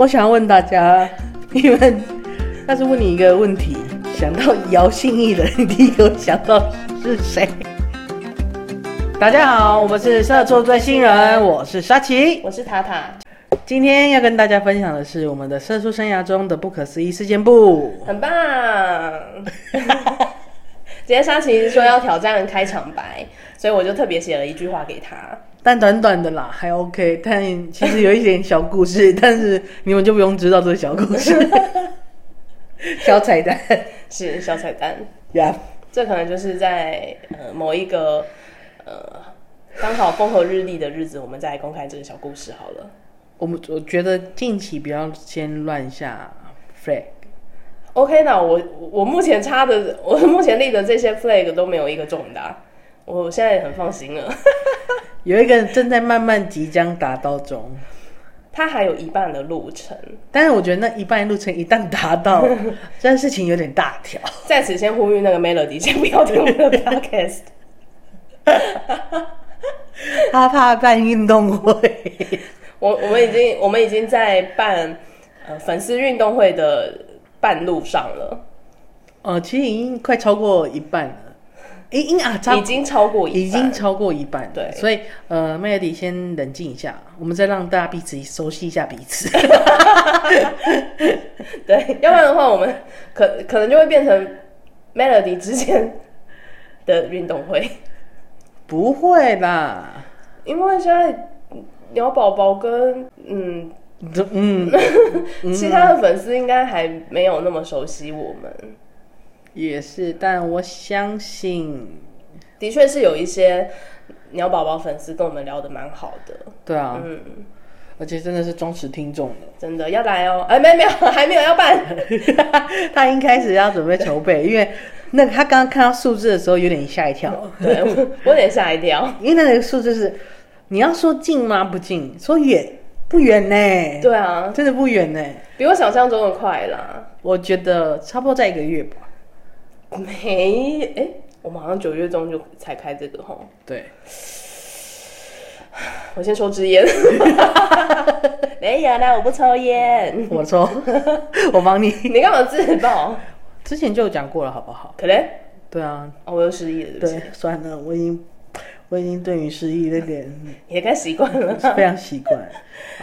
我想问大家，你们，但是问你一个问题，想到姚信义的人，你第一个想到是谁？大家好，我们是社畜追星人，我是沙琪。我是塔塔，今天要跟大家分享的是我们的社畜生涯中的不可思议事件簿。很棒。今天沙琪说要挑战开场白，所以我就特别写了一句话给他。但短短的啦，还 OK，但其实有一点小故事，但是你们就不用知道这个小故事， 小彩蛋是小彩蛋，呀。这可能就是在呃某一个呃刚好风和日丽的日子，我们再来公开这个小故事好了。我们我觉得近期不要先乱下 flag， OK，那我我目前插的，我目前立的这些 flag 都没有一个中的啊、我现在也很放心了。有一个正在慢慢即将达到中，它还有一半的路程，但是我觉得那一半路程一旦达到，这件事情有点大条。在此先呼吁那个 Melody 先不要听我们的 podcast。他怕办运动会，我我们已经我们已经在办呃粉丝运动会的半路上了， 哦，其实已经快超过一半了，已经啊，差不已经超过一半已经超过一半，对所以呃，Melody 先冷静一下，我们再让大家彼此熟悉一下彼此。 对，要不然的话我们可可能就会变成 Melody 之间的运动会，不会啦，因为现在鸟宝宝跟嗯这嗯，其他的粉丝应该还没有那么熟悉我们，也是，但我相信，的确是有一些鸟宝宝粉丝跟我们聊得蛮好的，对啊，嗯。而且真的是忠实听众了。 真的要来哦！哎，没有没有，还没有要办，他已经开始要准备筹备，因为那个他刚刚看到数字的时候有点吓一跳，对我我有点吓一跳。因为那个数字是你要说近吗？不近，说远不远呢、对啊，真的不远呢、比我想象中的快啦。我觉得差不多在一个月吧。没，哎、我们好像九月中就才开这个吼。对，我先抽支烟。 没有啦，我不抽烟。我说， 我帮你， 你干嘛自爆？之前就有讲过了，好不好？可能对啊，哦，我又失忆了，对不对起，，算了，我已经，我已经对于失忆这点也该习惯了。 非常习惯。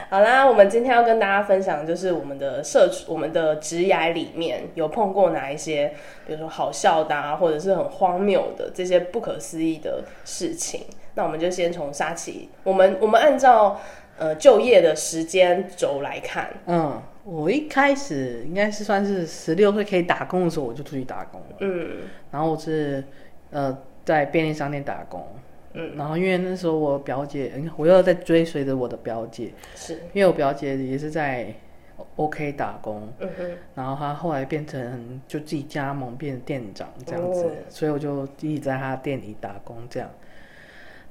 好啦，我们今天要跟大家分享，就是我们的社畜，我们的职涯里面有碰过哪一些，比如说好笑的啊，或者是很荒谬的这些不可思议的事情。那我们就先从沙琪，我们我们按照呃就业的时间轴来看，嗯，我一开始应该是算是十六岁可以打工的时候，我就出去打工了。嗯然后我是呃在便利商店打工，嗯，然后因为那时候我表姐，嗯我又在追随着我的表姐，是，因为我表姐也是在 OK 打工，嗯哼，然后她后来变成就自己加盟变店长这样子，哦所以我就一直在她店里打工这样。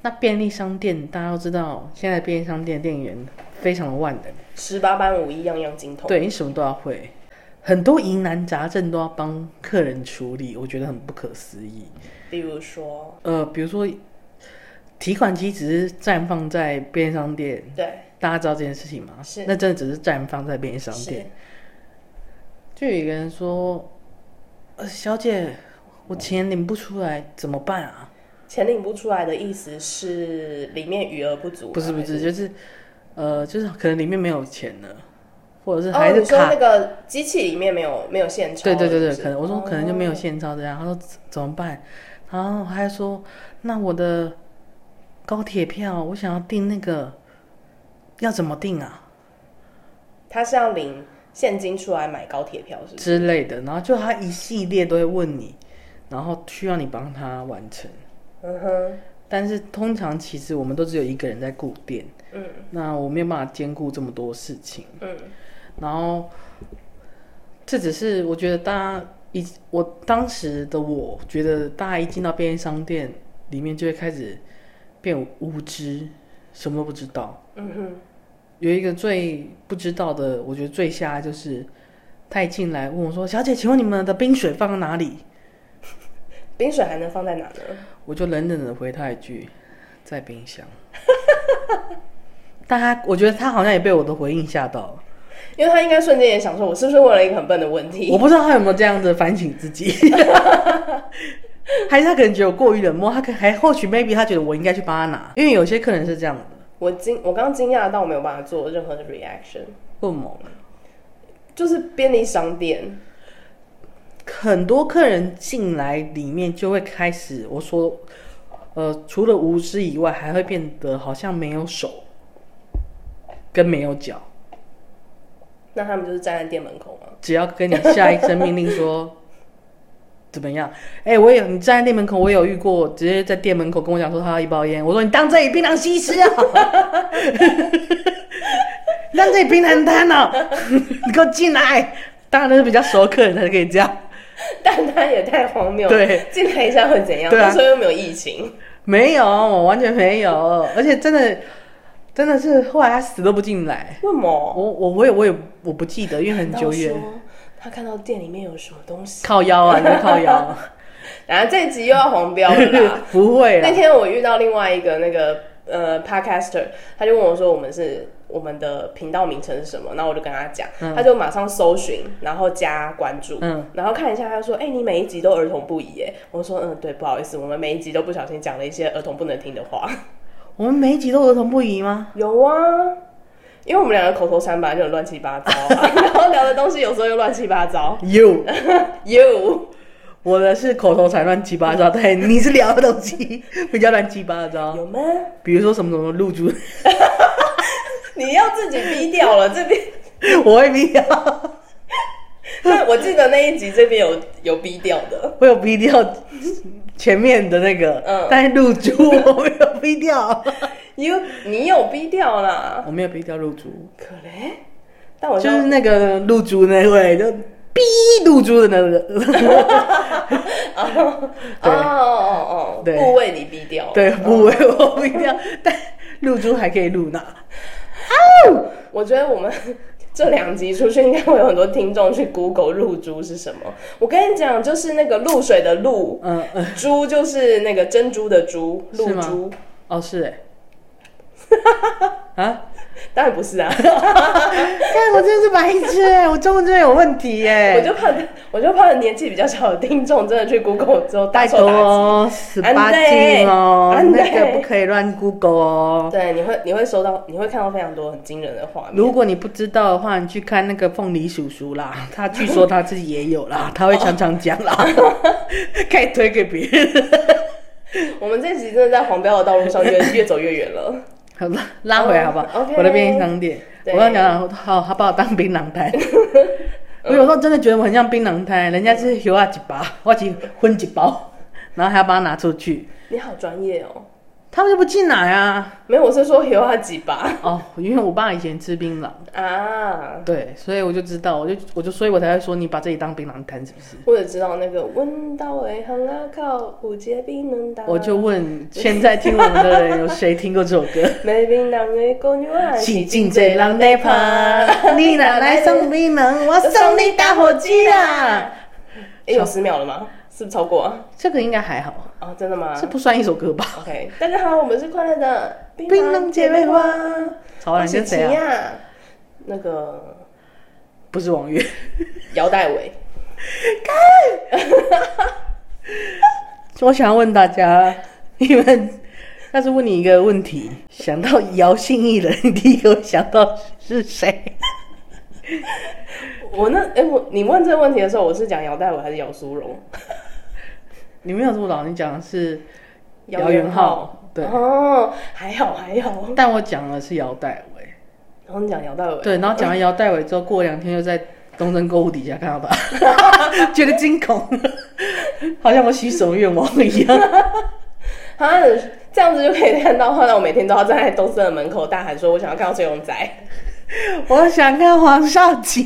那便利商店大家都知道，现在便利商店店员非常的万能。十八般武艺，样样精通。对你什么都要会，很多疑难杂症都要帮客人处理，我觉得很不可思议。比如说，呃，比如说提款机只是绽放在便利商店，对，大家知道这件事情吗？是那真的只是绽放在便利商是店。就有一个人说：“呃，小姐，我钱领不出来，怎么办啊钱领不出来的意思是里面余额不？”足吗，不是不还是，就是呃，就是可能里面没有钱了，或者是哦，还是你说卡那个机器里面没有没有现钞？对对对对，是不是可能我说可能就没有哦现钞这样，他说怎怎么办？然后他还说那我的高铁票我想要订那个要怎么订啊哦他是要领现金出来买高铁票，是不是？之类的，然后就他一系列都会问你，然后需要你帮他完成。嗯哼，但是通常其实我们都只有一个人在顾店，嗯那我没有办法兼顾这么多事情。嗯，然后这只是我觉得大家一我当时的我觉得大家一进到便利商店里面就会开始变无知，什么都不知道。嗯哼，有一个最不知道的，我觉得最瞎的就是他一进来问我说：“小姐，请问你们的冰水放在哪里冰水还能放在哪呢？？”我就冷冷的回他一句：“在 冰箱。”但他我觉得他好像也被我的回应吓到了。因为他应该瞬间也想说，我是不是问了一个很笨的问我题？不知道他有没有这样子反省自己， 还是他可能觉得我过于冷漠，他可还或许 maybe 他觉得我应该去帮他拿，因为有些客人是这样的，我惊，我刚刚惊讶到没有办法做任何的 reaction，不猛。就是便利商店，很多客人进来里面就会开始，我说，呃，除了无知以外，还会变得好像没有手，跟没有脚。那他们就是站在店门口嘛。只要跟你下一声命令说 怎么样，哎、我也有你站在店门口，我也有遇过，直接在店门口跟我讲说他要一包烟，我说你当这里槟榔西施啊， 你当这里槟榔摊啊， 你给我进来。当然都是比较熟的客人才可以这样，但他也太荒谬了，对，进来一下会怎样？对啊那时候又没有疫情，没有，我完全没有，而且真的真的是后来他死都不进来，为什么？我我我也我也我不记得，因为很久远然，后说他看到店里面有什么东西，靠腰啊，你就靠腰，然后这一集又要黄标了啦。 不会啦那，天我遇到另外一个那个呃 podcaster，他就问我说我们是我们的频道名称是什么，然后我就跟他讲，他就马上搜寻，然后加关注，嗯然后看一下，他说，哎、你每一集都儿童不宜，哎，我说，嗯，对，不好意思，我们每一集都不小心讲了一些儿童不能听的话， 我们每一集都儿童不宜吗？有啊。因为我们两个口头禅本来就很乱七八糟、啊， 然后聊的东西有时候又乱七八糟。有， You，我的是口头禅乱七八糟，对，你是聊的东西比较乱七八糟，有吗？比如说什么什么露珠， 你要自己逼掉了这边。我会逼掉，那我记得那一集这边有有逼掉的。我有逼掉前面的那个，嗯但是露珠我没有逼掉， You，你有逼掉啦？我没有逼掉露珠，可嘞？但我就就是 那个露珠那位就逼露珠的那个， 哦哦对哦哦，对部位你逼掉。对，不会我逼掉，但露珠还可以露娜，我觉得我们这两集出去，应该会有很多听众去 Google 露珠是什么。我跟你讲，就是那个露水的露，嗯嗯，珠就是那个珍珠的珠，是露吗珠。哦是哎、 啊。当然 不是啊，看我真的是白痴哎、我中文真的有问题耶、我就怕，我就怕年纪比较小的听众真的去 Google 之后大拜受托打哦，十八禁哦，安内那个不可以乱 Google 击。哦。对，你会你会收到，你会看到非常多很惊人的画面。如果你不知道的话，你去看那个凤梨叔叔啦，他据说他自己也有 啦，他会常常讲啦，哦可以推给别人。 我们这集真的在黄标的道路上越越走越远了。好吧，拉回来好不好？哦 OK 我的便利商店，我对刚刚讲到，好，他把我当槟榔 摊。我有时候真的觉得我很像槟榔摊，人家是有啊几包，我只分几包，然后还要把它拿出去，你好专业哦。他们就不进来啊。没有，我是说有啊几把哦，因为我爸以前吃槟榔，啊，对，所以我就知道，我就我就所以我才会说你把自己当槟榔摊是不是？我只知道那个温到尾行啊靠，五节槟榔打。我就问现在听我们的人有谁听过这首 歌？没槟榔的姑娘啊，洗尽最浪的怕， 你哪来送槟榔？我送你打火机啦！诶哎有十秒了吗？是不是超过啊？这个应该还好，哦，真的吗这不算一首歌吧？ ？OK，大家好，我们是快乐的槟槟榔姐妹花曹我然是跟谁谁啊？啊？那个不是王源，姚代伟，我想要问大家， 你们要是问你一个问题，想到姚信义的，你第一个会想到是谁？我那哎、我你问这个问题的时候，我是讲姚代伟还是姚苏荣？你没有这么老，你讲的是姚元浩，对，哦，还好还好。但我讲的是姚代伟，然后你讲姚代伟，对，然后讲完姚代伟之后，过两天又在东森购物底下看到他， 觉得惊恐，好像我许什么愿望一样。 啊，这样子就可以看到，后来我每天都要站在东森的门口大喊说：“我想要看到崔永仔。我想看黄少祺，”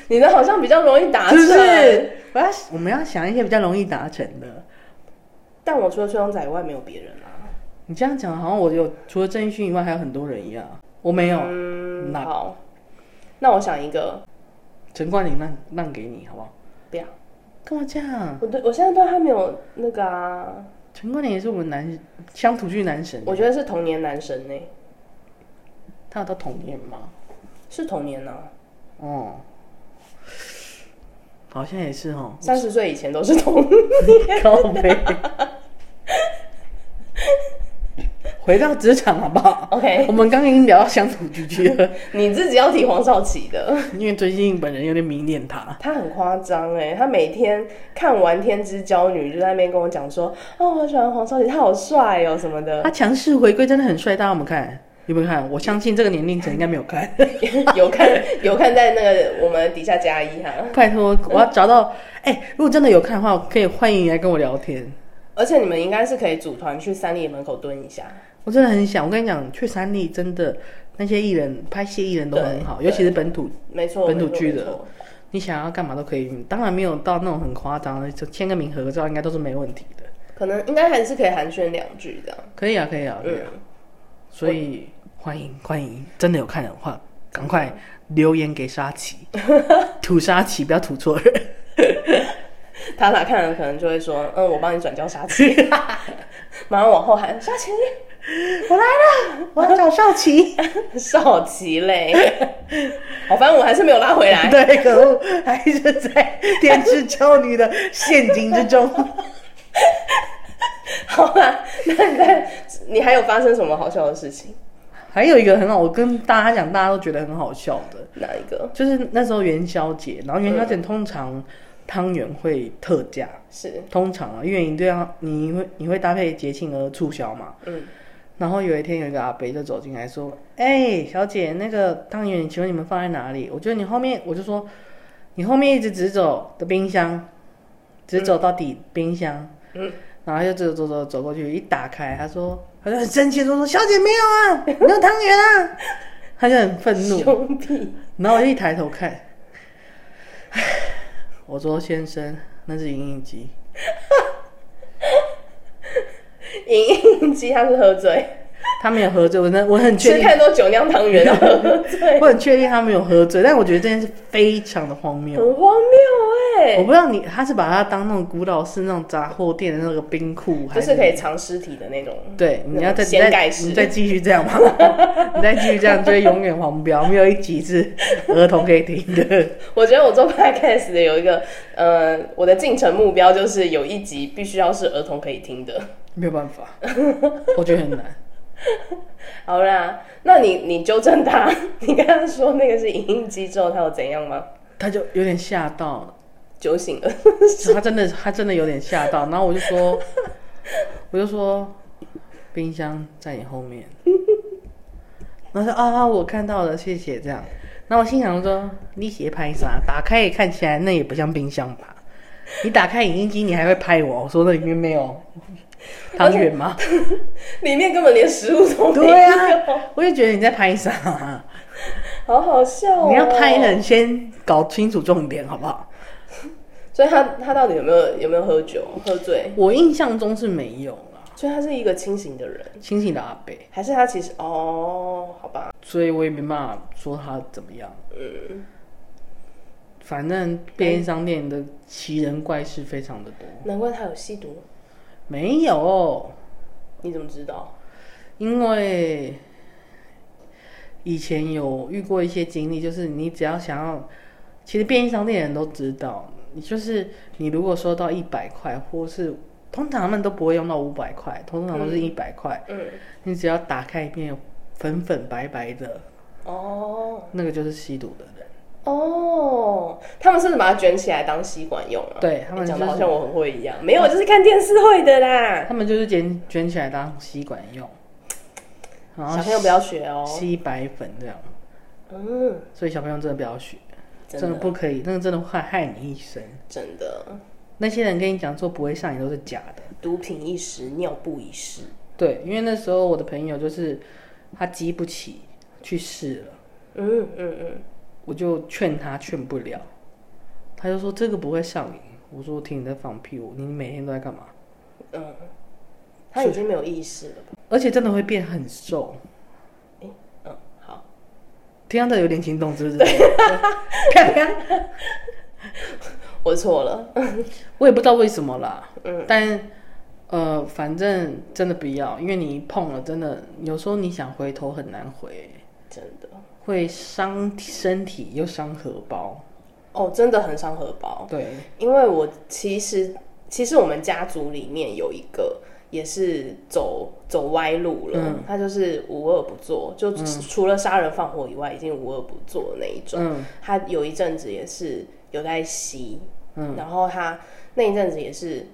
你的好像比较容易达是成，不是？我要我们要想一些比较容易达成的。但我除了崔永仔以外没有别人啊啦、你这样讲，好像我有除了郑义迅以外，还有很多人一样。我没有，嗯，哦那好，那我想一个，陈冠霖让让给你，好不好？不要，干嘛这样？我对我现在对他没有那个啊，陈冠霖也是我们男乡土剧男神，我觉得是童年男神呢、他有到童年吗？是童年呢、啊哦，好像也是 哦，三十岁以前都是同 高飞。回到职场好不好 OK 我们刚刚已经聊到乡土剧剧了，你自己要提黄少奇的， 因为最近本人有点迷恋他。他很夸张哎，他每天看完《天之娇女》就在那边跟我讲说，哦，我喜欢黄少奇，他好帅哦什么 的他，强势回归真的很帅，大家有没有看？有没有看？我相信这个年龄层应该没有 看。有看有看在那个我们底下加一哈，拜托，我要找到哎、如果真的有看的话，可以欢迎来跟我聊天。而且你们应该是可以组团去三立门口蹲一下，我真的很想，我跟你讲，去三立真的那些艺人拍戏艺人都很好，对尤其是本土，没错，本土没错剧的，没错你想要干嘛都可以。当然没有到那种很夸张的，就签个名合个照应该都是没问题的。可能应该还是可以寒暄两句这样，可以啊，可以啊，嗯，所以欢迎欢迎，真的有看的话，赶快留言给沙 琪，吐沙琪，不要吐错人。他哪看了可能就会说，嗯，我帮你转交沙琪， 马上往后喊沙琪，我要找少 奇，少奇嘞， 好，反正我还是没有拉回 来。对，可恶，还是在电视娇女的陷阱之中。 好啦，那你在你还有发生什么好笑的事情？ 还有一个很好，我跟大家讲，大家都觉得很好笑的，哪一个就是那时候元宵节，然后元宵节通常汤圆会特价，是？通常啊，因为你对啊，你会你会搭配节庆而促销嘛。嗯，然后有一天有一个阿伯就走进来说：“哎、小姐，那个汤圆，请问你们放在哪里？我觉得你后面，我就说你后面一直直走的冰箱，直走到底冰箱。”嗯，然后他就走走走走过去，一打开，他说他就很生气，说说小姐没有啊，没有汤圆啊， 他就很愤怒。兄弟，然后我就一抬头看，唉我说先生，那是影印机。莹莹鸡他是喝醉，他没有喝醉，我那我很确吃定，太多酒酿汤圆了，喝 醉，我很确定他没有喝醉，但我觉得这件事非常的荒欸谬。很荒谬哎、我不知道你他是把它当那种古老式那种杂货店的那个冰库，还就是可以藏尸体的那种。对，那你要再种掀你再盖式你再继续这样吗？ 你再继续这样就会永远黄标，没有一集是儿童可以听的。我觉得我做 podcast 的有一个，呃，我的进程目标就是有一集必须要是儿童可以听的。 没有办法，我觉得很难。好啦，那你你纠正他， 你跟他说那个是影印机之后，他有怎样吗？他就有点吓到，酒醒了， 他真的他真的有点吓到，然后我就说，我就说，冰箱在你后面，然后说啊啊，我看到了，谢谢这样。然后我心想说，你写拍啥？打开也看起来那也不像冰箱吧？你打开影印机，你还会拍我？我说那里面没有汤圆吗？里面根本连食物都 没有，对啊，哦我就觉得你在拍啥、 好好笑哦。你要拍人先搞清楚重点好不好？所以他他到底有没有有没有喝酒喝醉？我印象中是没有啦，所以他是一个清醒的人，清醒的阿北。还是他其实哦？好吧，所以我也没办法说他怎么样。嗯，反正便利商店的奇人怪事非常的多。难怪他有吸毒，没有，你怎么知道？因为以前有遇过一些经历，就是你只要想要，其实便利商店的人都知道，你就是你如果收到一百块，或是通常他们都不会用到五百块，通常都是一百块，嗯，你只要打开一片粉粉白白的，哦那个就是吸毒的人。哦，他们是不是把它卷起来当吸管用啊？对他们你讲就的是好像我很会一样，没有，我就是看电视会的啦。他们就是卷卷起来当吸管用，然小后朋友不要学哦。吸白粉这样，嗯，所以小朋友真的不要学，真真的的不可以，那个真的会害你一生。真的，那些人跟你讲说不会上瘾都是假的，毒品一时，尿布一世。对，因为那时候我的朋友就是他激不起去试了，嗯嗯嗯，我就劝他劝不了，他就说这个不会上瘾，我说我听你在放屁，我你每天都在干嘛？他已经没有意识了吧？而且真的会变很瘦，嗯，好，听到这有点心动，是 不是？啪啪。我错了。我也不知道为什么啦，嗯但呃，反正真的不要，因为你一碰了，真的有时候你想回头很难回。真的，会伤身体又伤荷包。哦，真的很伤荷包。对，因为我其实其实我们家族里面有一个也是走走歪路了，嗯他就是无恶不作，就除了杀人放火以外，已经无恶不作的那一种。嗯他有一阵子也是有在吸，嗯然后他那一阵子也是。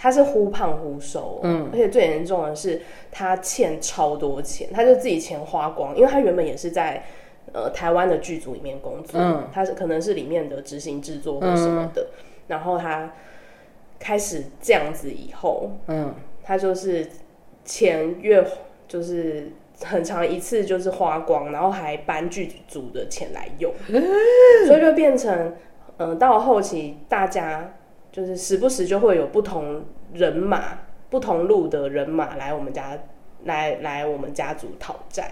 他是忽胖忽瘦，嗯，而且最严重的是他欠超多钱，他就自己钱花光，因为他原本也是在呃台湾的剧组里面工作，嗯他是可能是里面的执行制作或什么的，然后他开始这样子以后，嗯，他就是钱越就是很长一次就是花光，然后还搬剧组的钱来用，所以就变成，嗯、到后期大家就是时不时就会有不同人马、不同路的人马来我们家来来我们家族讨债，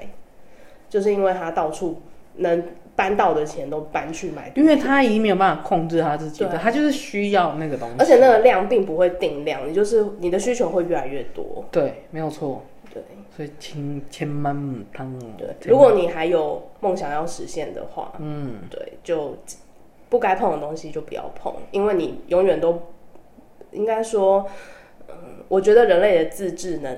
就是因为他到处能搬到的钱都搬去买，因为他已经没有办法控制他自己的，对他就是需要那个东西。而且那个量并不会定量，你就是你的需求会越来越多，对，没有错。对。所以千千万唔当哦。对，千如果你还有梦想要实现的话，嗯，对，就不该碰的东西就不要碰，因为你永远都应该说，嗯，我觉得人类的自制能、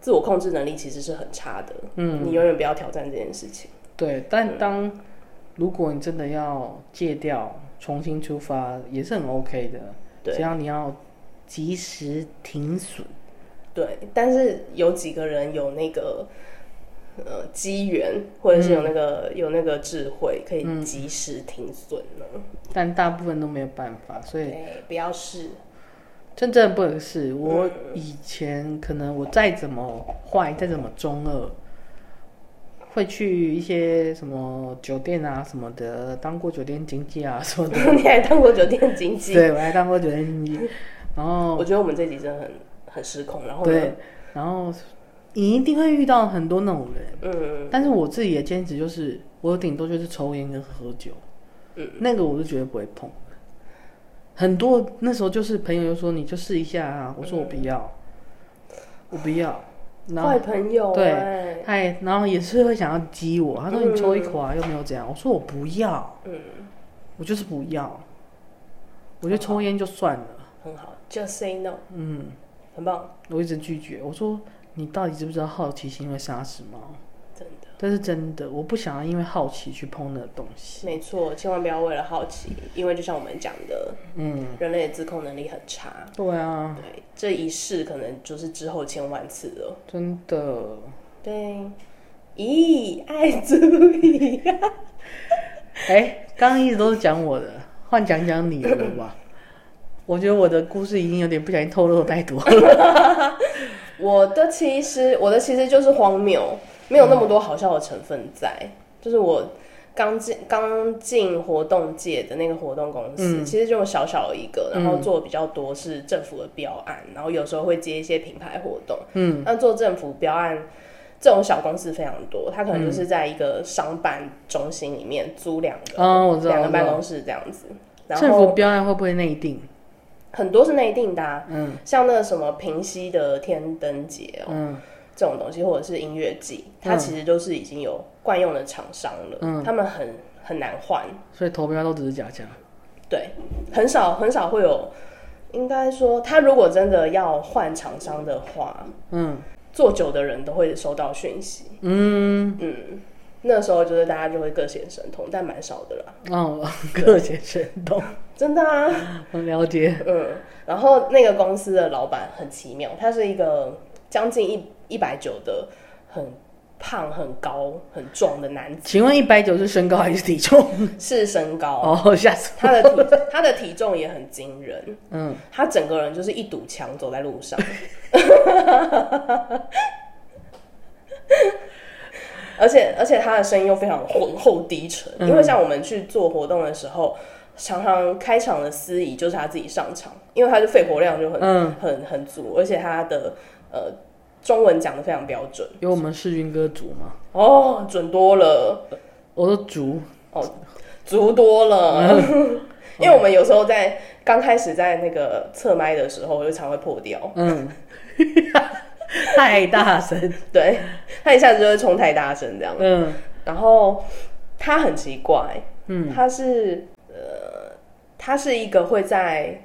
自我控制能力其实是很差的，嗯，你永远不要挑战这件事情，对，但当如果你真的要戒掉，重新出发也是很 OK 的，对只要你要及时停损。对。但是有几个人有那个。呃，机缘或者是有那个、有那个智慧，可以及时停损呢。但大部分都没有办法，所以对，不要试。真正不能是我以前可能我再怎么坏，再怎么中二，会去一些什么酒店啊什么的，当过酒店经济啊什么的， 你还当过酒店经 济？对我还当过酒店经济，然后我觉得我们这集真的很很失控。然后呢哦对，，然后你一定会遇到很多那种人。嗯，但是我自己的坚持就是，我顶多就是抽烟跟喝酒，嗯，那个我是绝对不会碰。很多那时候就是朋友就说你就试一下啊，我说我不要，我不要，然后坏朋友、对哎，哎，然后也是会想要激我，他说嗯你抽一口啊，又没有怎样，我说我不要，嗯，我就是不要，我觉得抽烟就算了，很好，just say no，嗯，很棒，我一直拒绝，我说你到底知不知道好奇心会杀死猫？真的，这是真的，我不想要因为好奇去碰那个东西，没错，千万不要为了好奇，因为就像我们讲的，嗯，人类的自控能力很差，对啊，对，这一试可能就是之后千万次了，真的，对，咦，爱足以，哎、刚刚一直都是讲我的，换讲讲你的 吧。我觉得我的故事已经有点不小心透露太多 了。我的其实我的其实就是荒谬，没有那么多好笑的成分在，就是我。刚进刚进活动界的那个活动公司，嗯其实就小小一个，然后做比较多是政府的标案，然后有时候会接一些品牌活动。嗯，那做政府标案这种小公司非常多，它可能就是在一个商办中心里面租两个、嗯，我知道，两我知个办道。公室这样子，然政府后标案会不会内定？很多是内定的、啊，嗯像那个什么平西的天灯节哦，嗯这种东西，或者是音乐季，它嗯其实都是已经有惯用的厂商了，嗯他们很很难换，所以投标都只是假象。对，很少很少会有，应该说他如果真的要换厂商的话，嗯做久的人都会收到讯息，嗯，嗯，那时候就是大家就会各显神通，但蛮少的啦，哦， 各显神通，真的 啊，我了解。嗯，然后那个公司的老板很奇妙，他是一个将近一一百九的很胖、很高、很壮的男子，请问一百九是身高还是体重？ 是身高。哦，吓死他的体他的体重也很惊人，我！嗯，他整个人就是一堵墙走在路上。 而且而且他的声音又非常浑厚低沉，嗯因为像我们去做活动的时候，常常开场的司仪就是他自己上场，因为他就肺活量就很、嗯很很足，而且他的呃中文讲的非常标准有我们世军哥组吗？哦，准多了。我说组，足多了。 因为我们有时候在刚开始在那个侧麦的时候，我就常会破掉，嗯，太大声，对，它一下子就会冲太大声这样。嗯，然后他很奇怪，嗯，他是呃，他是一个会在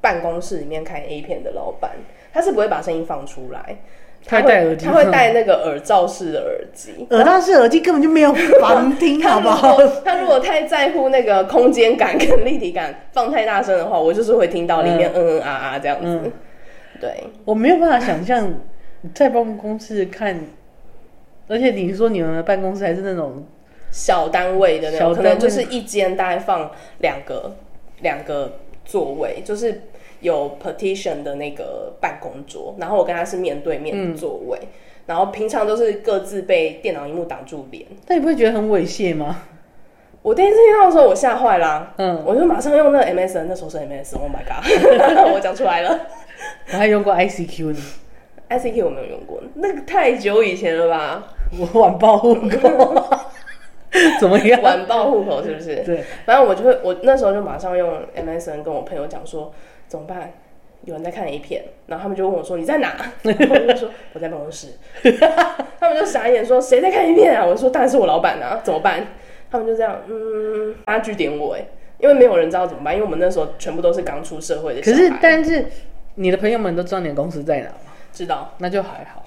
办公室里面看 A 片的老板，他是不会把声音放出来，他他会戴耳机他会戴那个耳罩式的耳机。 耳道式耳机根本就没有旁听， 他好如不好？果他如果太在乎那个空间感跟立体感，放太大声的话，我就是会听到里面嗯嗯啊啊这样子。嗯 对， 我没有办法想象在办公室看，而且你说你们的办公室还是那种小单位的那小种，可单位能就是一间大概放两个两个座位，就是有 partition 的那个办公桌，然后我跟他是面对嗯面的座位，然后平常都是各自被电脑荧幕挡住脸。那你不会觉得很猥亵吗？ 我第一次听到的时候，我吓坏啦，嗯，我就马上用那个 MSN，那时候是 MSN，Oh my god，我讲 出来了我还用过 ICQ 呢， ，ICQ 我没有用过，那个太久以前了吧？我晚报户口， 怎么样？ 晚报户口是不是？对，反正我就会，我那时候就马上用 MSN 跟我朋友讲说，怎么办？有人在看 A 片，然后他们就问我说你在哪？ 然后我就说我在办公室， 他们就傻眼说谁在看 A 片啊？我就说当然是我老板啊，怎么办？他们就这样，嗯，大家据点我哎，因为没有人知道怎么办，因为我们那时候全部都是刚出社会的小可孩，是但是你的朋友们都知道你的公司在哪吗？知道那就还好。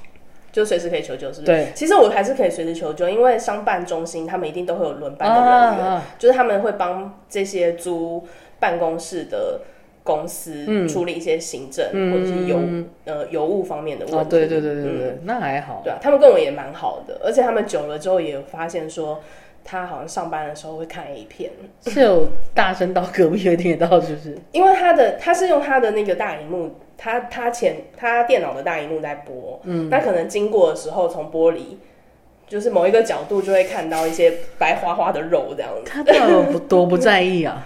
就随时可以求救，是不是？对，其实我还是可以随时求救，因为商办中心他们一定都会有轮班的人员，啊啊就是他们会帮这些租办公室的公司嗯处理一些行政、嗯或者是邮呃邮务方面的问题。哦，对对对对对嗯对，那还好。对啊，他们跟我也蛮好的，而且他们久了之后也有发现说，他好像上班的时候会看 A 片，是有大声到隔壁会听得到，是不是？因为他的他是用他的那个大荧幕，他他前他电脑的大荧幕在播，嗯，那可能经过的时候从玻璃。就是某一个角度就会看到一些白花花的肉这样子，他到底有 多不在意啊？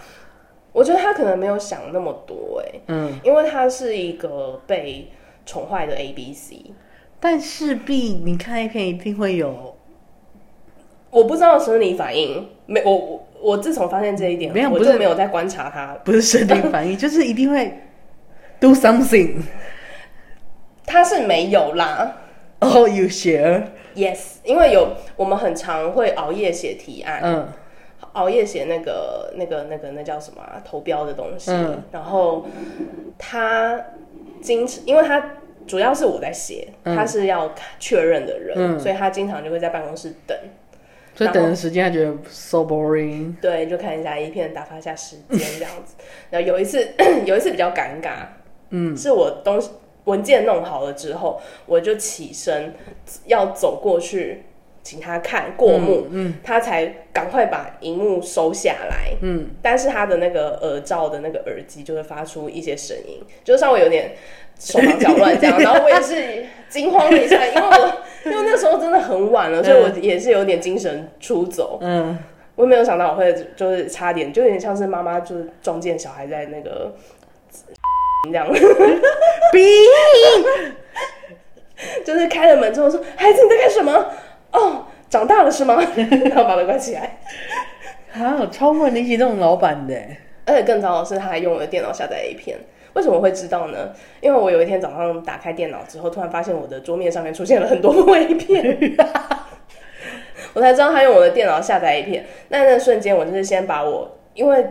我觉得他可能没有想那么多哎、嗯，因为他是一个被宠坏的 A B C，但势必你看 A 片一定会有我不知道生理反应，没我我我自从发现这一点，没有我不就是没有在观察他，不是生理反应， 就是一定会 do something。他是没有啦。哦、y o u share， Yes，因为有我们很常会熬夜写提案，嗯，熬夜写那个那个那个那叫什么、啊、投标的东西，嗯然后他经常，因为他主要是我在写，他是要确认的人，嗯所以他经常就会在办公室等。所以等的时间他觉得 so boring。对，就看一下一片，打发一下时间这样子。然后有一次，有一次比较尴尬，嗯，是我东西文件弄好了之后，我就起身要走过去请他看过目，嗯，他才赶快把荧幕收下来，嗯，但是他的那个耳罩的那个耳机就会发出一些声音，就稍微有点。手忙脚乱这样，然后我也是惊慌了一下，因为我因为那时候真的很晚了，所以我也是有点精神出走。嗯，我也没有想到我会就是差点，就有点像是妈妈就是撞见小孩在那个 这样，逼就是开了门之后说：“孩子你在干什么？哦，长大了是吗？” 然后把门关起来。啊，我超不能理解这种老板的欸。而且更糟的是，他还用我的电脑下载 A 片。为什么会知道呢？因为我有一天早上打开电脑之后，突然发现我的桌面上面出现了很多 部 A 片，我才知道他用我的电脑下载 A 片。那那瞬间，我就是先把我因为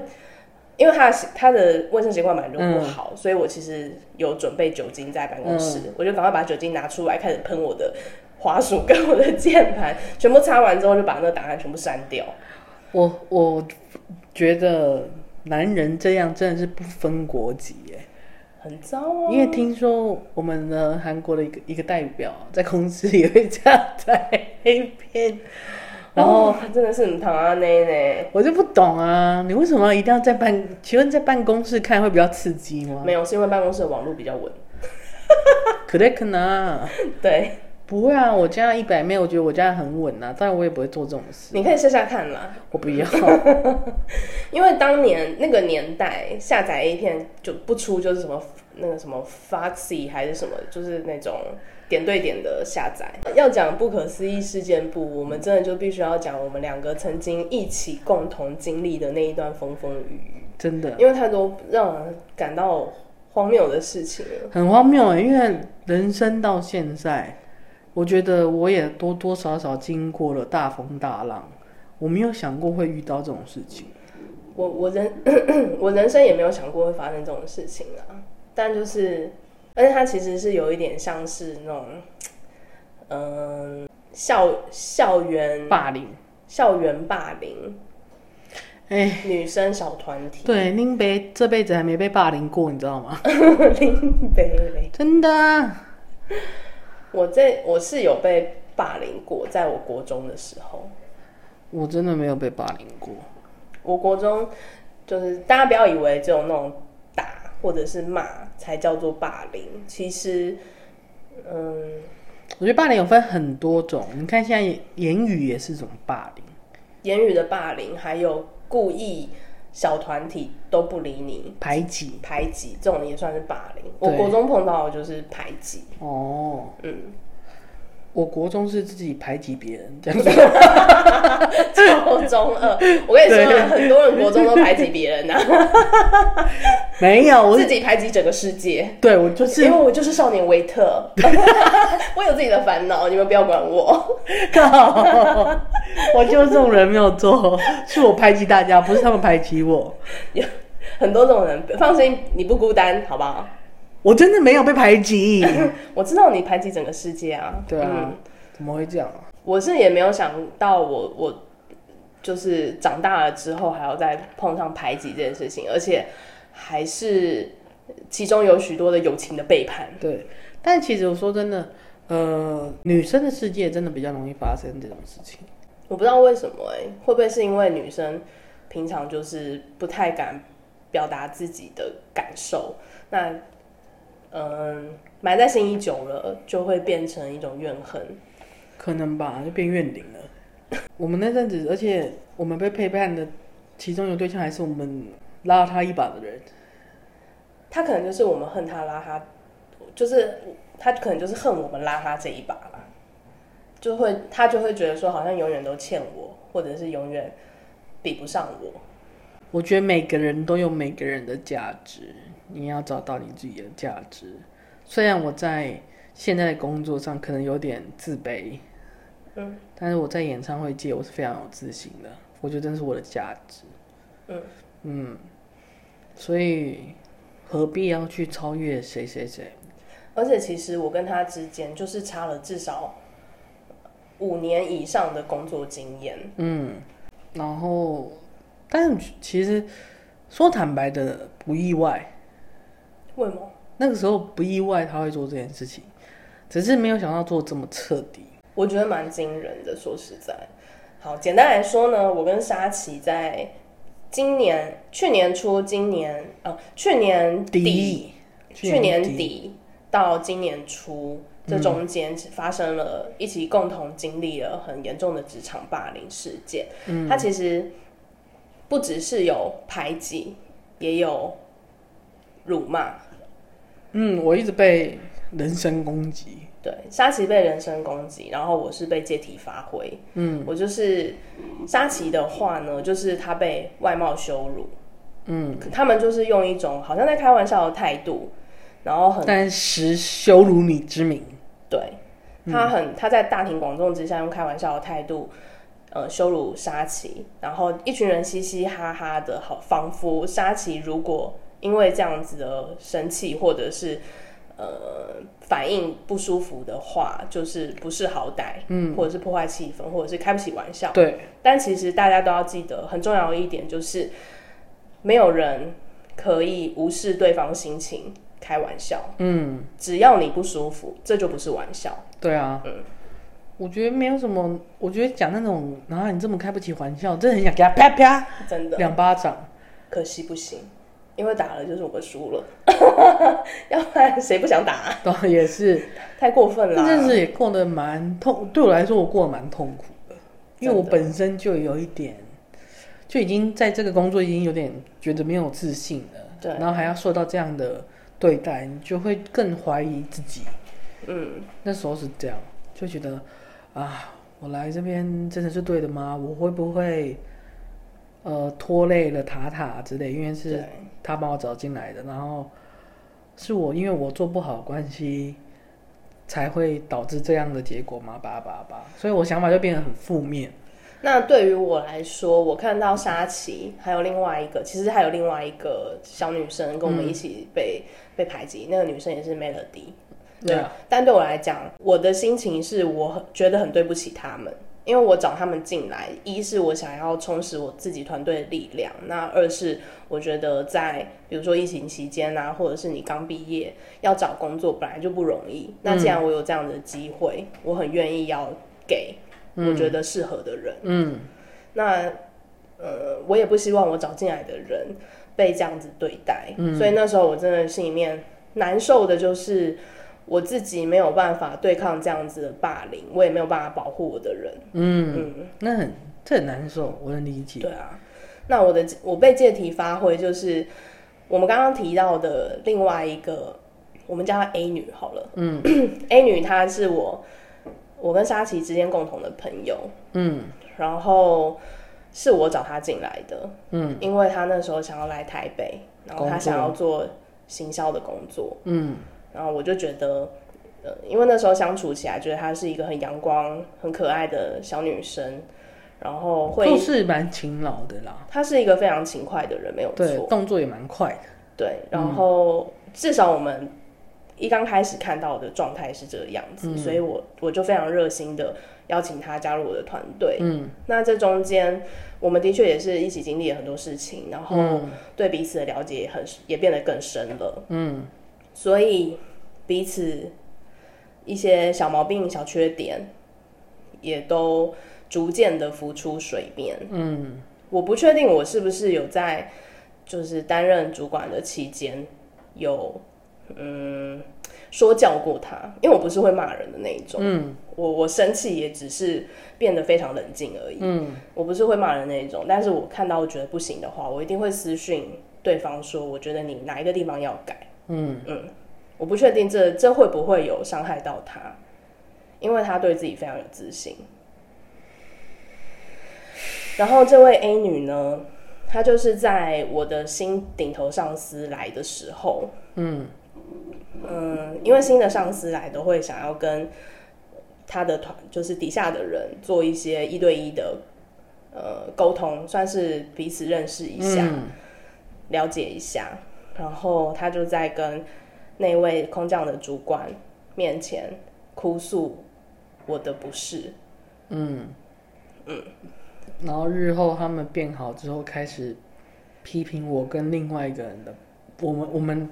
因为他的他的卫生习惯本来就不好，所以我其实有准备酒精在办公室，我就赶快把酒精拿出来，开始喷我的滑鼠跟我的键盘，全部擦完之后就把那个档案全部删掉。我我觉得男人这样真的是不分国籍耶。很糟哦、因为听说我们的韩国的一个一个代表在公司也会下 载 A 片，然后哦真的是很唐阿内呢。我就不懂啊，你为什么一定要在办？请问在办公室看会比较刺激吗？没有，是因为办公室的网络比较稳。 可得可能对，不会啊，我家一百妹，我觉得我家很稳啊，但我也不会做这种事，你可以试下看啦。我不 要。因为当年那个年代下载 A 片就不出就是什么那个什么 Foxy 还是什么，就是那种点对点的下载。要讲不可思议事件簿，我们真的就必须要讲我们两个曾经一起共同经历的那一段风风雨雨，真的因为太多让人感到荒谬的事情了。很荒谬欸，因为人生到现在，我觉得我也多多少少经过了大风大浪，我没有想过会遇到这种事情。我我人 我人生也没有想过会发生这种事情啊，但就是，而且它其实是有一点像是那种，嗯、校校园霸凌，校园霸凌，哎、女生小团体，对，宁北这辈子还没被霸凌过，你知道 吗？林北北，真的啊， 我在我是有被霸凌过，在我国中的时候，我真的没有被霸凌过。我国中就是大家不要以为只有那种打或者是骂才叫做霸凌，其实，嗯。我觉得霸凌有分很多种，你看现在言语也是一种霸凌。言语的霸凌，还有故意小团体都不理你、排挤排挤，这种也算是霸凌。我对国中碰到的就是排挤， 哦，嗯，我国中是自己排挤别人，这样 子高中二，我跟你说啊，很多人国中都排挤别人呐、啊没有，我自是己排挤整个世界。 对我就是因为我就是少年维 特，我有自己的烦恼，你们不要管我。 靠， 我就是这种人没有做，是我排挤大家，不是他们排挤我。很多这种人，放心，你不孤单，好不好？我真的没有被排挤。我知道你排挤整个世界啊。对啊，嗯怎么会这样啊？我是也没有想到我我就是长大了之后还要再碰上排挤这件事情，而且还是其中有许多的友情的背叛。对，但其实我说真的，呃，女生的世界真的比较容易发生这种事情。我不知道为什么哎、会不会是因为女生平常就是不太敢表达自己的感受？那嗯，埋在心里久了，就会变成一种怨恨。可能吧，就变怨灵了。 我们那阵子，而且我们被陪伴的其中有对象还是我们拉他一把的人，他可能就是我们恨他拉他，就是他可能就是恨我们拉他这一把啦，就会他就会觉得说好像永远都欠我，或者是永远比不上我。我觉得每个人都有每个人的价值，你要找到你自己的价值。虽然我在现在的工作上可能有点自卑，嗯，但是我在演唱会界我是非常有自信的，我觉得这是我的价值。嗯嗯所以何必要去超越谁谁谁？而且其实我跟他之间就是差了至少五年以上的工作经验。嗯，然后，但其实说坦白的，不意外。为什么？那个时候不意外他会做这件事情，只是没有想到做这么彻底。我觉得蛮惊人的。说实在，好，简单来说呢，我跟沙琪在今年、去年初、今年呃去年底底，去年底嗯到今年初，这中间发生了、一起共同经历了很严重的职场霸凌事件。嗯，它其实不只是有排挤，也有辱骂。嗯，我一直被人身攻击，对，沙琪被人身攻击，然后我是被借题发挥。嗯，我就是沙琪的话呢，就是他被外貌羞辱。嗯，他们就是用一种好像在开玩笑的态度，然后很但实羞辱你之名。对，他很他在大庭广众之下用开玩笑的态度，呃，羞辱沙琪，然后一群人嘻嘻哈哈的，好，仿佛沙琪如果因为这样子的生气或者是呃反应不舒服的话，就是不是好歹，嗯，或者是破坏气氛，或者是开不起玩笑。对，但其实大家都要记得，很重要的一点就是，没有人可以无视对方心情开玩笑。嗯，只要你不舒服，这就不是玩笑。对啊。呃我觉得没有什么，我觉得讲那种，然后你这么开不起玩笑，真的很想给他啪啪真的，两巴掌。 可惜不行，因为打了就是我们输了， 要不然谁不想打啊、当然也是，太过分了那啊、阵子也过得蛮痛，对我来说我过得蛮痛苦的，因为我真的本身就有一点，就已经在这个工作已经有点觉得没有自信了，对然后还要受到这样的对待，你就会更怀疑自己。嗯，那时候是这样，就觉得啊，我来这边真的是对的吗？我会不会呃拖累了塔塔之类？因为是对，他把我找进来的，然后是我因为我做不好的关系，才会导致这样的结果吗？叭叭叭，所以我想法就变得很负面。那对于我来说，我看到沙琪，还有另外一个，其实还有另外一个小女生跟我们一起被、被排挤，那个女生也是 Melody。对啊 Yeah，但对我来讲，我的心情是我很觉得很对不起他们，因为我找他们进来，一是我想要充实我自己团队的力量，那二是我觉得在比如说疫情期间啊，或者是你刚毕业要找工作本来就不容易，那既然我有这样的机会，我很愿意要给我觉得适合的人。嗯，那呃，我也不希望我找进来的人被这样子对待，所以那时候我真的心里面难受的就是我自己没有办法对抗这样子的霸凌，我也没有办法保护我的人，那很这很难受，我能理解。对啊，那我的我被借题发挥就是我们刚刚提到的另外一个，我们叫她 A 女好了，嗯 ，A 女她是我我跟沙琪之间共同的朋友，嗯然后是我找他进来的，嗯，因为他那时候想要来台北，然后他工作想要做行销的工作，嗯然后我就觉得，呃，因为那时候相处起来，觉得她是一个很阳光、很可爱的小女生，然后会做，事蛮勤劳的啦，她是一个非常勤快的人，没有对，错，动作也蛮快的。对，然嗯后至少我们。一刚开始看到的状态是这个样子，嗯所以我我就非常热心的邀请她加入我的团队，嗯那这中间，我们的确也是一起经历了很多事情，然后对彼此的了解也很也变得更深了。嗯所以彼此一些小毛病、小缺点，也都逐渐的浮出水面。嗯，我不确定我是不是有在就是担任主管的期间有嗯说教过他，因为我不是会骂人的那一种。嗯，我我生气也只是变得非常冷静而已。嗯，我不是会骂人那一种，但是我看到我觉得不行的话，我一定会私讯对方说，我觉得你哪一个地方要改。嗯嗯，我不确定这这会不会有伤害到他，因为他对自己非常有自信。然后这位 A 女呢，她就是在我的新顶头上司来的时候，嗯因为新的上司来都会想要跟他的团，就是底下的人做一些一对一的呃沟通，算是彼此认识一下，了解一下。然后她就在跟那位空降的主管面前哭诉我的不是，然后日后他们变好之后，开始批评我跟另外一个人的，我们我们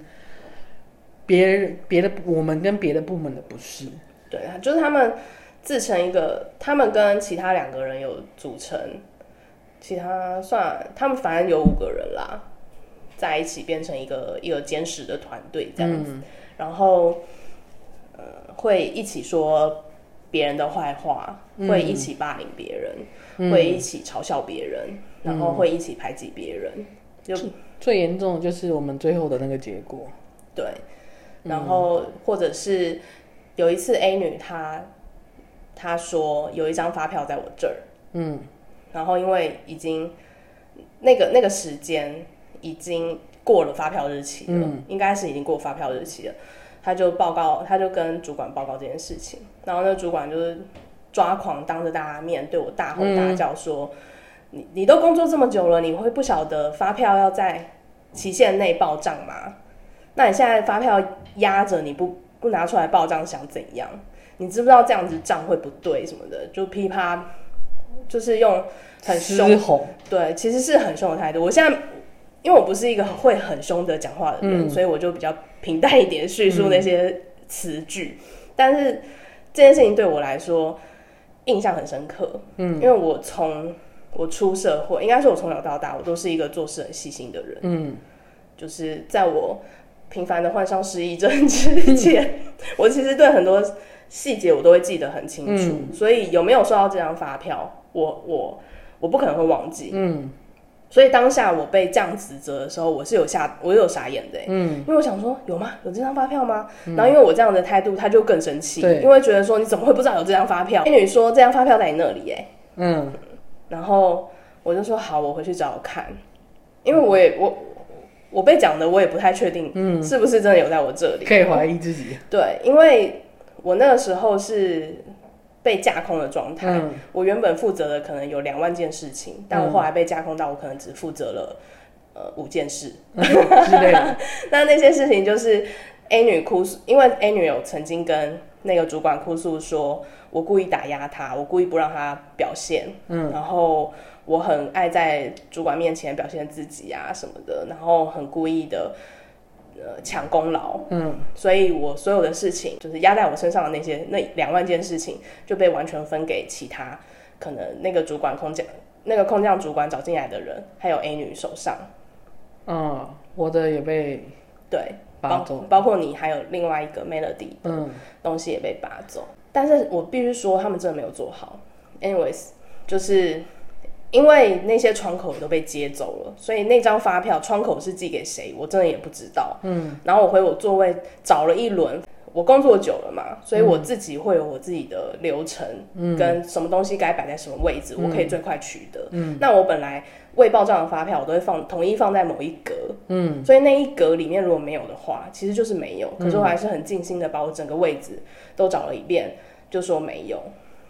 别人别的我们跟别的部门的不是。对，就是他们自成一个，他们跟其他两个人有组成，其他算他们反正有五个人啦，在一起变成一个一个坚实的团队这样子，然后呃会一起说别人的坏话，会一起霸凌别人，会一起嘲笑别人，然后会一起排挤别人，就最严重的就是我们最后的那个结果。对，然后或者是有一次 A 女她她说有一张发票在我这儿，嗯然后因为已经那个那个时间已经过了发票日期了，应该是已经过发票日期了，她就报告，她就跟主管报告这件事情，然后那主管就是抓狂，当着大家面对我大吼大叫说。你你都工作这么久了，你会不晓得发票要在期限内报账吗？那你现在发票压着你不不拿出来报账，想怎样？你知不知道这样子账会不对什么的？就噼啪，就是用很嘶凶，吼。对，其实是很凶的态度。我现在因为我不是一个会很凶的讲话的人，所以我就比较平淡一点叙述那些词句。但是这件事情对我来说印象很深刻，嗯，因为我从我出社会，应该说我从小到大，我都是一个做事很细心的人。嗯就是在我频繁的患上失忆症 之前，我其实对很多细节我都会记得很清楚，嗯所以有没有收到这张发票，我我我不可能会忘记。嗯所以当下我被这样指责的时候，我是有吓，我有傻眼的、欸嗯，因为我想说有吗？有这张发票吗？然后因为我这样的态度，他就更生气，对因为觉得说你怎么会不知道有这张发票？美女说这张发票在你那里、欸，嗯，然后我就说好，我回去找看，因为我也我我被讲的我也不太确定，嗯，是不是真的有在我这里？可以怀疑自己。 对，因为我那个时候是被架空的状态，嗯我原本负责的可能有两万件事情，但我后来被架空到我可能只负责了呃五件事。之类的， 那那些事情就是 A 女哭诉，因为 A 女有曾经跟那个主管哭诉说，我故意打压她，我故意不让她表现，嗯，然后我很爱在主管面前表现自己啊什么的，然后很故意的。呃，抢功劳，嗯，所以我所有的事情，就是压在我身上的那些那两万件事情，就被完全分给其他可能那个主管空降、那个空降主管找进来的人，还有 A 女手上。嗯，我的也被对，拔包走，包括你还有另外一个 Melody 嗯，东西也被拔走。但是我必须说，他们真的没有做好。Anyways，就是因为那些窗口都被接走了，所以那张发票窗口是寄给谁，我真的也不知道。嗯，然后我回我座位找了一轮。我工作久了嘛，所以我自己会有我自己的流程，跟什么东西该摆在什么位置，我可以最快取得。嗯，那我本来未报账的发票，我都会放统一放在某一格，所以那一格里面如果没有的话，其实就是没有。可是我还是很尽心的把我整个位置都找了一遍，就说没有。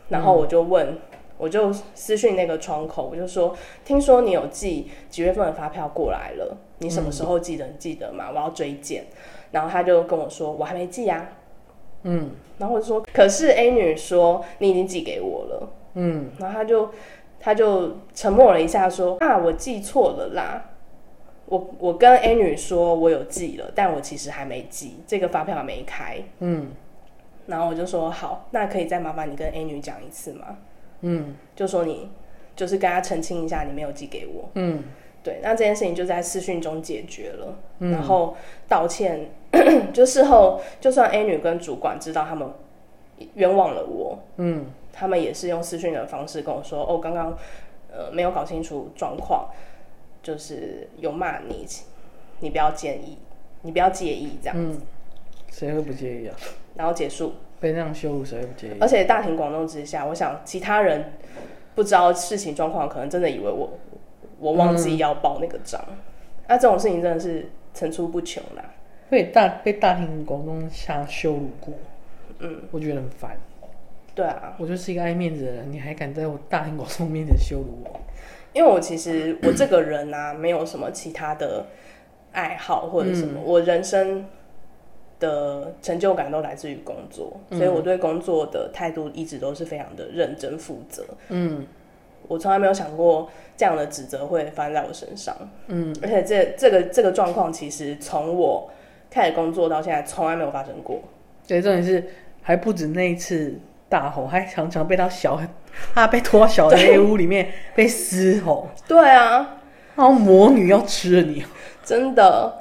然后我就问，我就私讯那个窗口，我就说，听说你有寄几月份的发票过来了，你什么时候寄的？你记得吗？我要追件。然后他就跟我说，我还没寄啊。嗯，然后我就说，可是 A 女说你已经寄给我了。嗯，然啊后他就他就沉默了一下，说啊，我记错了啦。我我跟 A 女说我有寄了，但我其实还没寄，这个发票还没开。嗯，然后我就说好，那可以再麻烦你跟 A 女讲一次吗？嗯，就说你就是跟她澄清一下，你没有寄给我。嗯，对，那这件事情就在私讯中解决了，嗯然后道歉， 就事后就算 A 女跟主管知道他们冤枉了我，嗯，他们也是用私讯的方式跟我说，哦，刚刚呃没有搞清楚状况。就是有骂你，你不要介意，你不要介意这样，谁会不介意啊？然后结束。被这样羞辱，谁会不介意？而且大庭广众之下，我想其他人不知道事情状况，可能真的以为我我忘记要报那个账。那、这种事情真的是层出不穷啦。被大被大庭广众下羞辱过，嗯，我觉得很烦。对啊，我就是一个爱面子的人，你还敢在我大庭广众面前羞辱我？因为我其实我这个人啊，没有什么其他的爱好或者什么，我人生的成就感都来自于工作，所以我对工作的态度一直都是非常的认真负责。嗯，我从来没有想过这样的指责会发生在我身上。嗯，而且这这个这个状况，其实从我开始工作到现在，从来没有发生过。对，重点是还不止那一次大吼，还常常被他小， 他被拖到小黑屋里面被嘶吼，对啊，然后魔女要吃了你， 真的，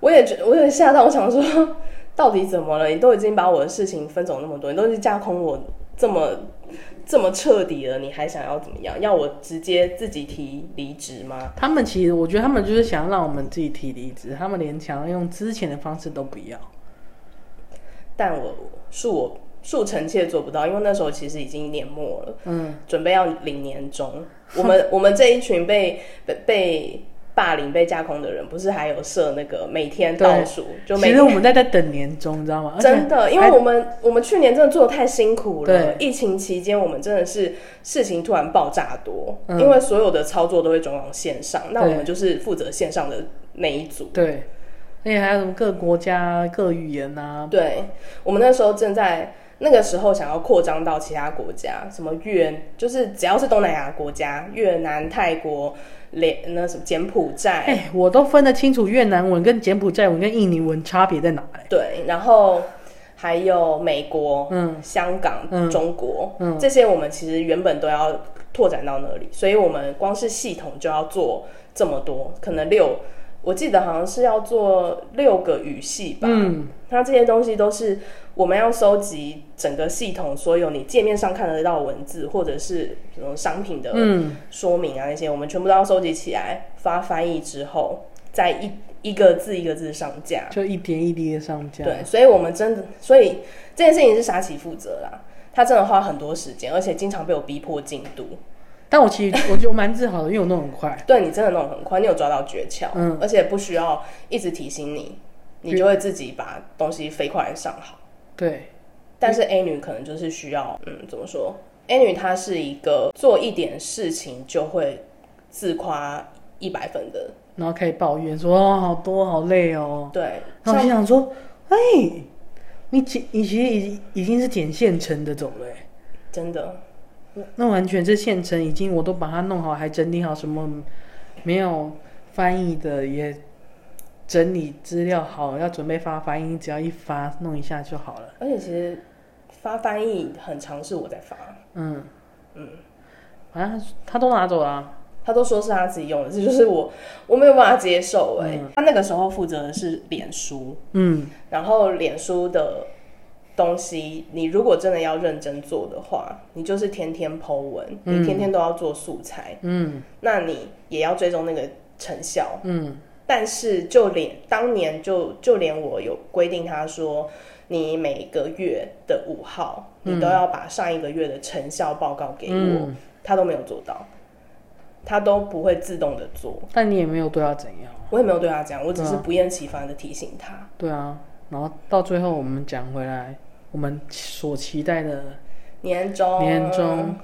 我也觉，我也吓到，我想说， 到底怎么了？你都已经把我的事情分走那么多，你都已经架空我这么这么彻底了，你还想要怎么样？要我直接自己提离职吗？他们其实我觉得他们就是想要让我们自己提离职，他们连想要用之前的方式都不要。但我恕我恕臣妾做不到，因为那时候其实已经年末了，嗯，准备要领年终。我们 我们这一群被被被霸凌、被架空的人，不是还有设那个每天倒数，就每其实我们在在等年终，你知道吗？而且真的，因为我们我们去年真的做的太辛苦了对。疫情期间，我们真的是事情突然爆炸多，因为所有的操作都会转往线上，那我嗯对们就是负责线上的那一组。对，而且还有什么各国家各语言啊，对，我们那时候正在那个时候想要扩张到其他国家，什么越就是只要是东南亚国家，越南、泰国、连那什么柬埔寨，哎、我都分得清楚越南文跟柬埔寨文跟印尼文差别在哪、哎对，然后还有美国、嗯香港、嗯中国、这些，我们其实原本都要拓展到那里，所以我们光是系统就要做这么多，可能六，我记得好像是要做六个语系吧。嗯，那这些东西都是我们要收集整个系统所有你界面上看得到的文字，或者是什么商品的嗯说明啊那些，我们全部都要收集起来，发翻译之后，再一一个字一个字上架。就一点一滴的上架。啊对，所以我们真的，所以这件事情是沙琪负责啦。他真的花很多时间，而且经常被我逼迫进度。但我其实我觉 得我蛮自豪的，因为我弄得很快。对你真的弄得很快，你有抓到诀窍，嗯而且不需要一直提醒你，你就会自己把东西飞快地上好。对，但是 A 女可能就是需要，嗯，怎么说？A 女她是一个做一点事情就会自夸一百分的，然后开始抱怨说哦好多好累哦，对，然后我像心想说，哎、你剪你其实已经已经是剪现成的种了、哎真的，那完全是现成，已经我都把它弄好，还整理好，什么没有翻译的也整理资料好，要准备发翻译，只要一发弄一下就好了。而且其实发翻译很常是我在发，嗯嗯，反正他他都拿走了啊、他都说是他自己用的，这就是我我没有办法接受哎、他那个时候负责的是脸书，嗯，然后脸书的东西，你如果真的要认真做的话，你就是天天 Po 文，你天天都要做素材，嗯，那你也要追踪那个成效，嗯。但是就连当年就就连我有规定，他说你每个月的五号，你都要把上一个月的成效报告给我，嗯他都没有做到，他都不会自动的做。但你也没有对他怎样，我也没有对他讲，我只嗯是不厌其烦的提醒他。啊对啊。然后到最后我们讲回来，我们所期待的年终，年终、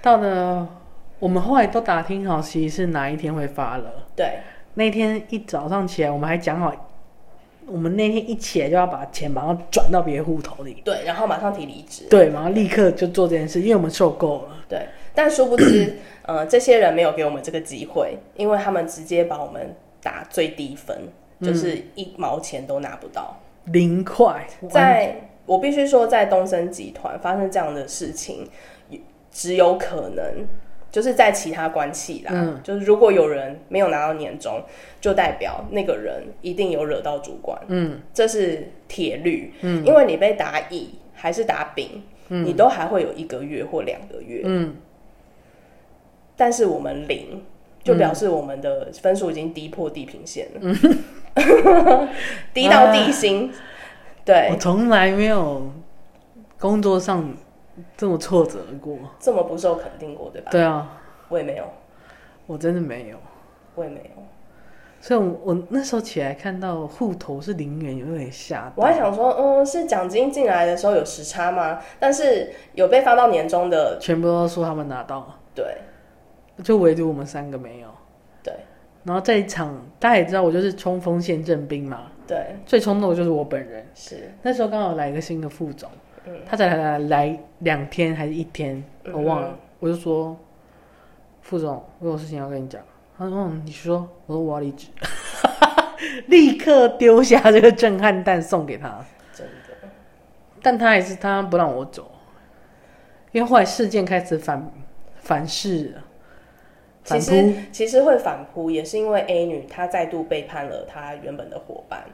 到了，我们后来都打听好，其实是哪一天会发了。对那天一早上起来，我们还讲好，我们那天一起来就要把钱马上转到别的户头里，对，然后马上提离职，对，然后立刻就做这件事，因为我们受够了。对。但殊不 知，呃，这些人没有给我们这个机会，因为他们直接把我们打最低分，嗯就是一毛钱都拿不到。零块，在我必须说，在东森集团发生这样的事情，只有可能就是在其他关系啦。嗯就是如果有人没有拿到年终，就代表那个人一定有惹到主管，嗯，这是铁律。嗯，因为你被打乙还是打丙，你都还会有一个月或两个月。嗯，但是我们零。就表示我们的分数已经低破地平线了，嗯 低到地啊心。对，我从来没有工作上这么挫折过。这么不受肯定过，对吧？对啊，我也没有，我真的没有。我也没有。所以我，我那时候起来看到户头是零元，有点吓我还到，想说，嗯，是奖金进来的时候有时差吗？但是有被发到年终的，全部都说他们拿到了，对就唯独我们三个没有。对然后这一场，大家也知道，我就是冲锋陷阵兵嘛，对，最冲动的就是我本人。是那时候刚好来一个新的副总，他才来来两天还是一天，嗯我忘了。我就说，副总，我有事情要跟你讲。他说，嗯，你说。我说我要离职， 立刻丢下这个震撼弹送给他。真的。但他还是他不让我走，因为后来事件开始反反噬了，反其扑实。其实会反扑，也是因为 A 女她再度背叛了她原本的伙伴，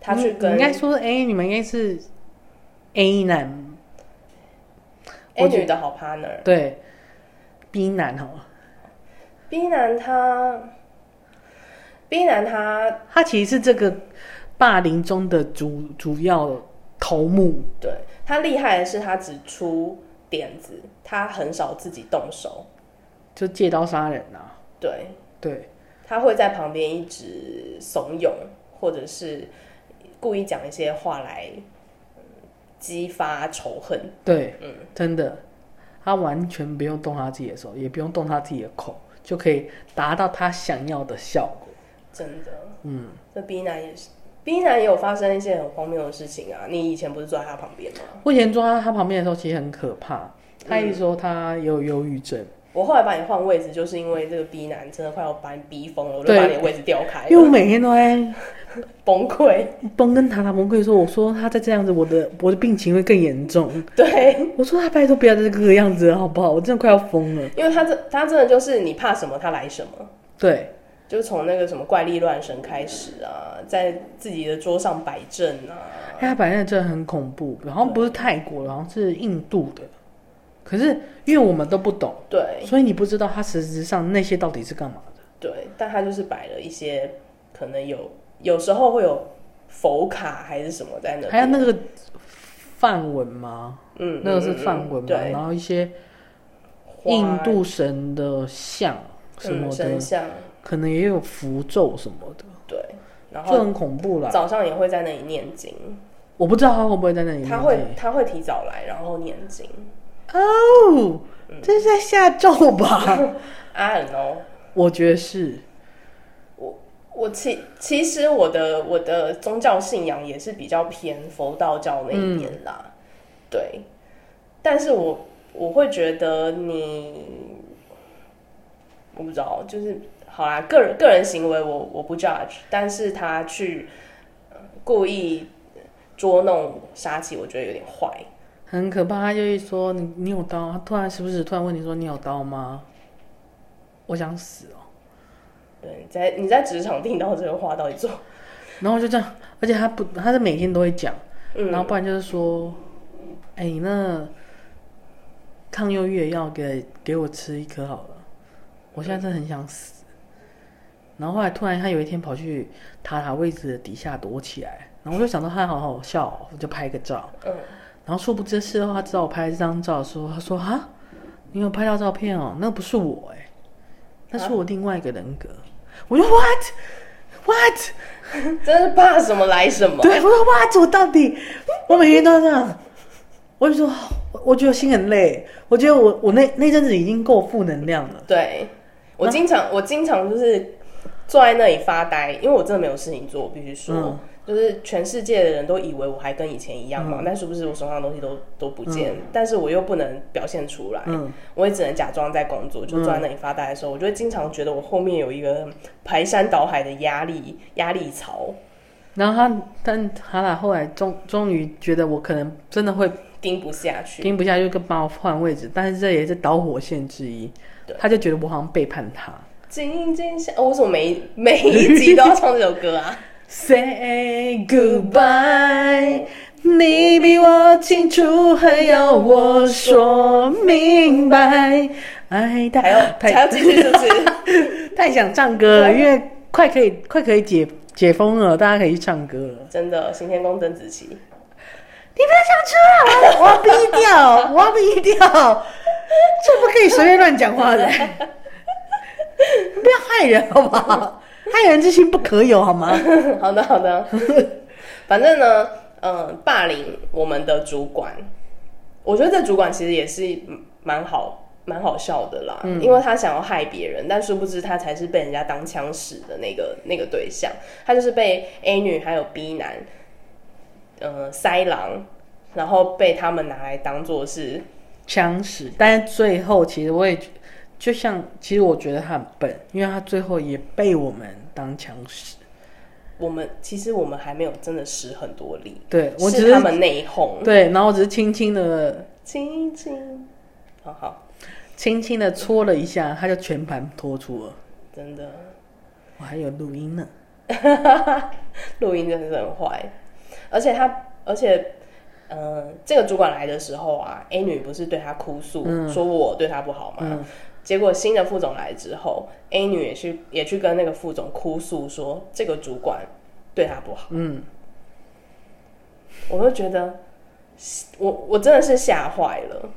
她去你跟你应该说，哎、你们应该是 A 男 A 女的好 partner 对 B 男好了， B 男他。B 男他他其实是这个霸凌中的主主要头目，对他厉害的是，他只出点子，他很少自己动手。就借刀杀人啊，对，对，他会在旁边一直怂恿，或者是故意讲一些话来嗯激发仇恨。对，嗯真的，他完全不用动他自己的手，也不用动他自己的口，就可以达到他想要的效果。真的，嗯，这 B 男也是，B 男也有发生一些很荒谬的事情啊。你以前不是坐在他旁边吗？我以前坐在他旁边的时候，其实很可怕。他一直说他有忧郁症，我后来把你换位置，就是因为这个 B 男真的快要把你逼疯了，我就对把你的位置调开因为我了， 每天都在崩溃。 崩跟塔塔崩溃说，我说他再这样子，我的我的病情会更严重。对，我说他拜托不要再这个样子了，好不好？我真的快要疯了。因为他这他真的就是你怕什么他来什么。对，就从那个什么怪力乱神开始啊，在自己的桌上摆阵啊，哎他摆那真的很恐怖，好像不是泰国的，好像是印度的。可是因为我们都不懂，对，所以你不知道他实质上那些到底是干嘛的。对，但他就是摆了一些可能有有时候会有佛卡还是什么在那还有边，那个梵文吗？嗯，那个嗯是嗯嗯梵文嘛，对，然后一些花印度神的像什嗯么的，神像，可能也有符咒什么的，对，然就后很恐怖啦。早上也会在那里念经，我不知道他会不会在那里面。他会他会提早来，然后念经。哦，嗯这是在下咒 吧？ I don't know。我觉得是。我我其其实我的我的宗教信仰也是比较偏佛道教那一边啦，对。但是我我会觉得你，我不知道，就是好啦，个人个人行为我我不 judge，但是他去、呃故意捉弄杀气，我觉得有点坏。很可怕，他就会说你你有刀，他突然时不时突然问你说你有刀吗？我想死哦，对，你在你在职场听到这个话到底做？ 然后我就这样，而且他不，他是每天都会讲，嗯然后不然就是说，哎、你那抗忧郁的药给给我吃一颗好了，我现在真的很想死。然后后来突然他有一天跑去塔塔位置的底下躲起来，然后我就想到他好好笑哦、我就拍个照。嗯，然后殊不知事后他知道我拍了这张照的时候，他说啊，你有拍到照片哦，那不是我哎、那是我另外一个人格。我就 what what 真是怕什么来什么。对，我说哇，我到底，我每天都这样，我就说，我我觉得心很累，我觉得我我那那阵子已经够负能量了，对，我经常我经常就是坐在那里发呆，因为我真的没有事情做，我必须说，嗯就是全世界的人都以为我还跟以前一样嘛，但殊不知我手上的东西都都不见，但是我又不能表现出来，嗯我也只能假装在工作，就坐在那里发呆的时候，我就会经常觉得我后面有一个排山倒海的压力压力槽然后他，但他俩后来终终于觉得我可能真的会盯不下去，盯不下去，就帮我换位置，但是这也是导火线之一对，他就觉得我好像背叛他。紧紧下，哦、为什么 每一每一集都要唱这首歌啊？ Say goodbye，你比我清楚，还要我说明白，爱的还要还要继续是不是？ 太想唱歌了，因为快可以快可以解解封了，大家可以去唱歌了。真的，刑天宫曾子琪。你不要想出来，我要我要逼掉，我要逼掉，这不可以随便乱讲话的，不要害人好不好？害人之心不可有好吗？ 好的，好的。反正呢，嗯，霸凌我们的主管，我觉得这主管其实也是蛮好、蛮好笑的啦，嗯因为他想要害别人，但殊不知他才是被人家当枪使的那个那个对象，他就是被 A 女还有 B 男，呃，塞狼，然后被他们拿来当做是强使，但是最后其实我也觉就像，其实我觉得他很笨，因为他最后也被我们当强使。我们，其实我们还没有真的使很多力，对我只是他是们内讧，对，然后我只是轻轻的轻轻，好哦好。轻轻的搓了一下，他就全盘托出了。真的，我还有录音呢。 录音真的是很坏，而且他，而且，嗯、这个主管来的时候啊，A 女不是对他哭诉、说我对他不好吗？结果新的副总来之后，A 女也去也去跟那个副总哭诉说这个主管对她不好。嗯，我就觉得，我我真的是吓坏了。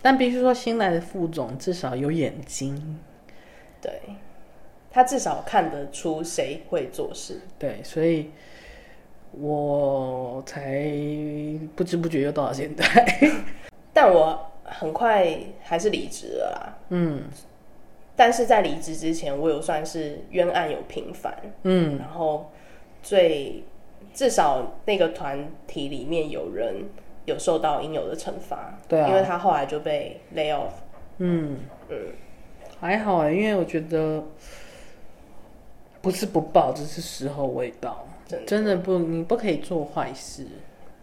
但必须说，新来的副总至少有眼睛，对，他至少看得出谁会做事。对，所以我才不知不觉又到了现在。 但我很快还是离职了啦。嗯但是在离职之前，我有算是冤案有平反，嗯，然后最至少那个团体里面有人有受到应有的惩罚，对啊嗯因为他后来就被 lay off，嗯还好哎、因为我觉得不是不报，只是时候未到。真的真的不，你不可以做坏事，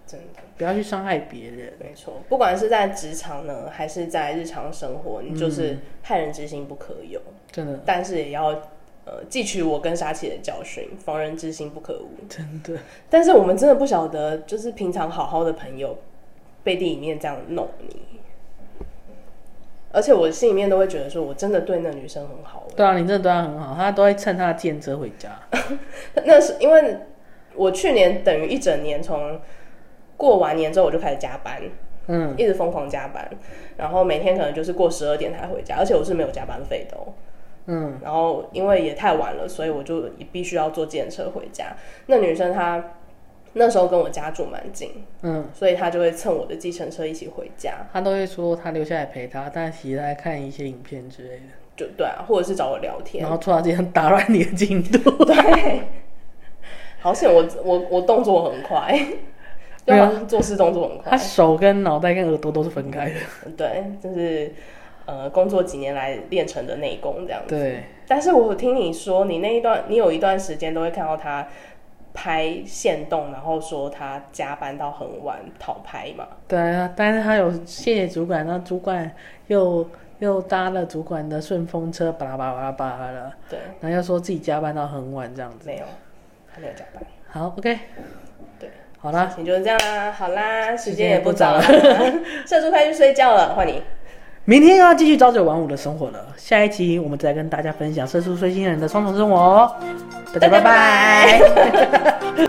真的不要去伤害别人。没错，不管是在职场呢，还是在日常生活，你嗯就是害人之心不可有，真的，但是也要呃汲取我跟沙琪的教训，防人之心不可无。真的，但是我们真的不晓得，就是平常好好的朋友背地里面这样弄你，而且我心里面都会觉得说，我真的对那女生很好。对啊，你真的对他很好，他都会趁他的见车回家。那是因为我去年等于一整年，从过完年之后我就开始加班，嗯，一直疯狂加班，然后每天可能就是过十二点才回家，而且我是没有加班费的、哦。嗯，然后因为也太晚了，所以我就必须要坐电车回家。那女生她那时候跟我家住蛮近，嗯，所以她就会蹭我的计程车一起回家，他都会说他留下来陪他，但其实他在看一些影片之类的，就对啊，或者是找我聊天 然。后突然间打乱你的进度。对，好险我我我动作很快，没对有吧？做事动作很他快，手跟脑袋跟耳朵都是分开的。对，就是呃工作几年来练成的内功这样子。对，但是我听你说，你那一段，你有一段时间都会看到他拍线动，然后说他加班到很晚讨拍嘛？对啊，但是他有谢谢主管，那主管又又搭了主管的顺风车，巴拉巴拉巴拉巴拉，对，然后又说自己加班到很晚这样子。没有，他没有加班。好，OK，对，好啦，你就是这样啦，好啦，时时间间也也不不早早了了， 社畜快去睡觉了，换你。明天又要继续朝九晚五的生活了。下一集我们再跟大家分享社畜追星人的双重生活哦，大家拜拜。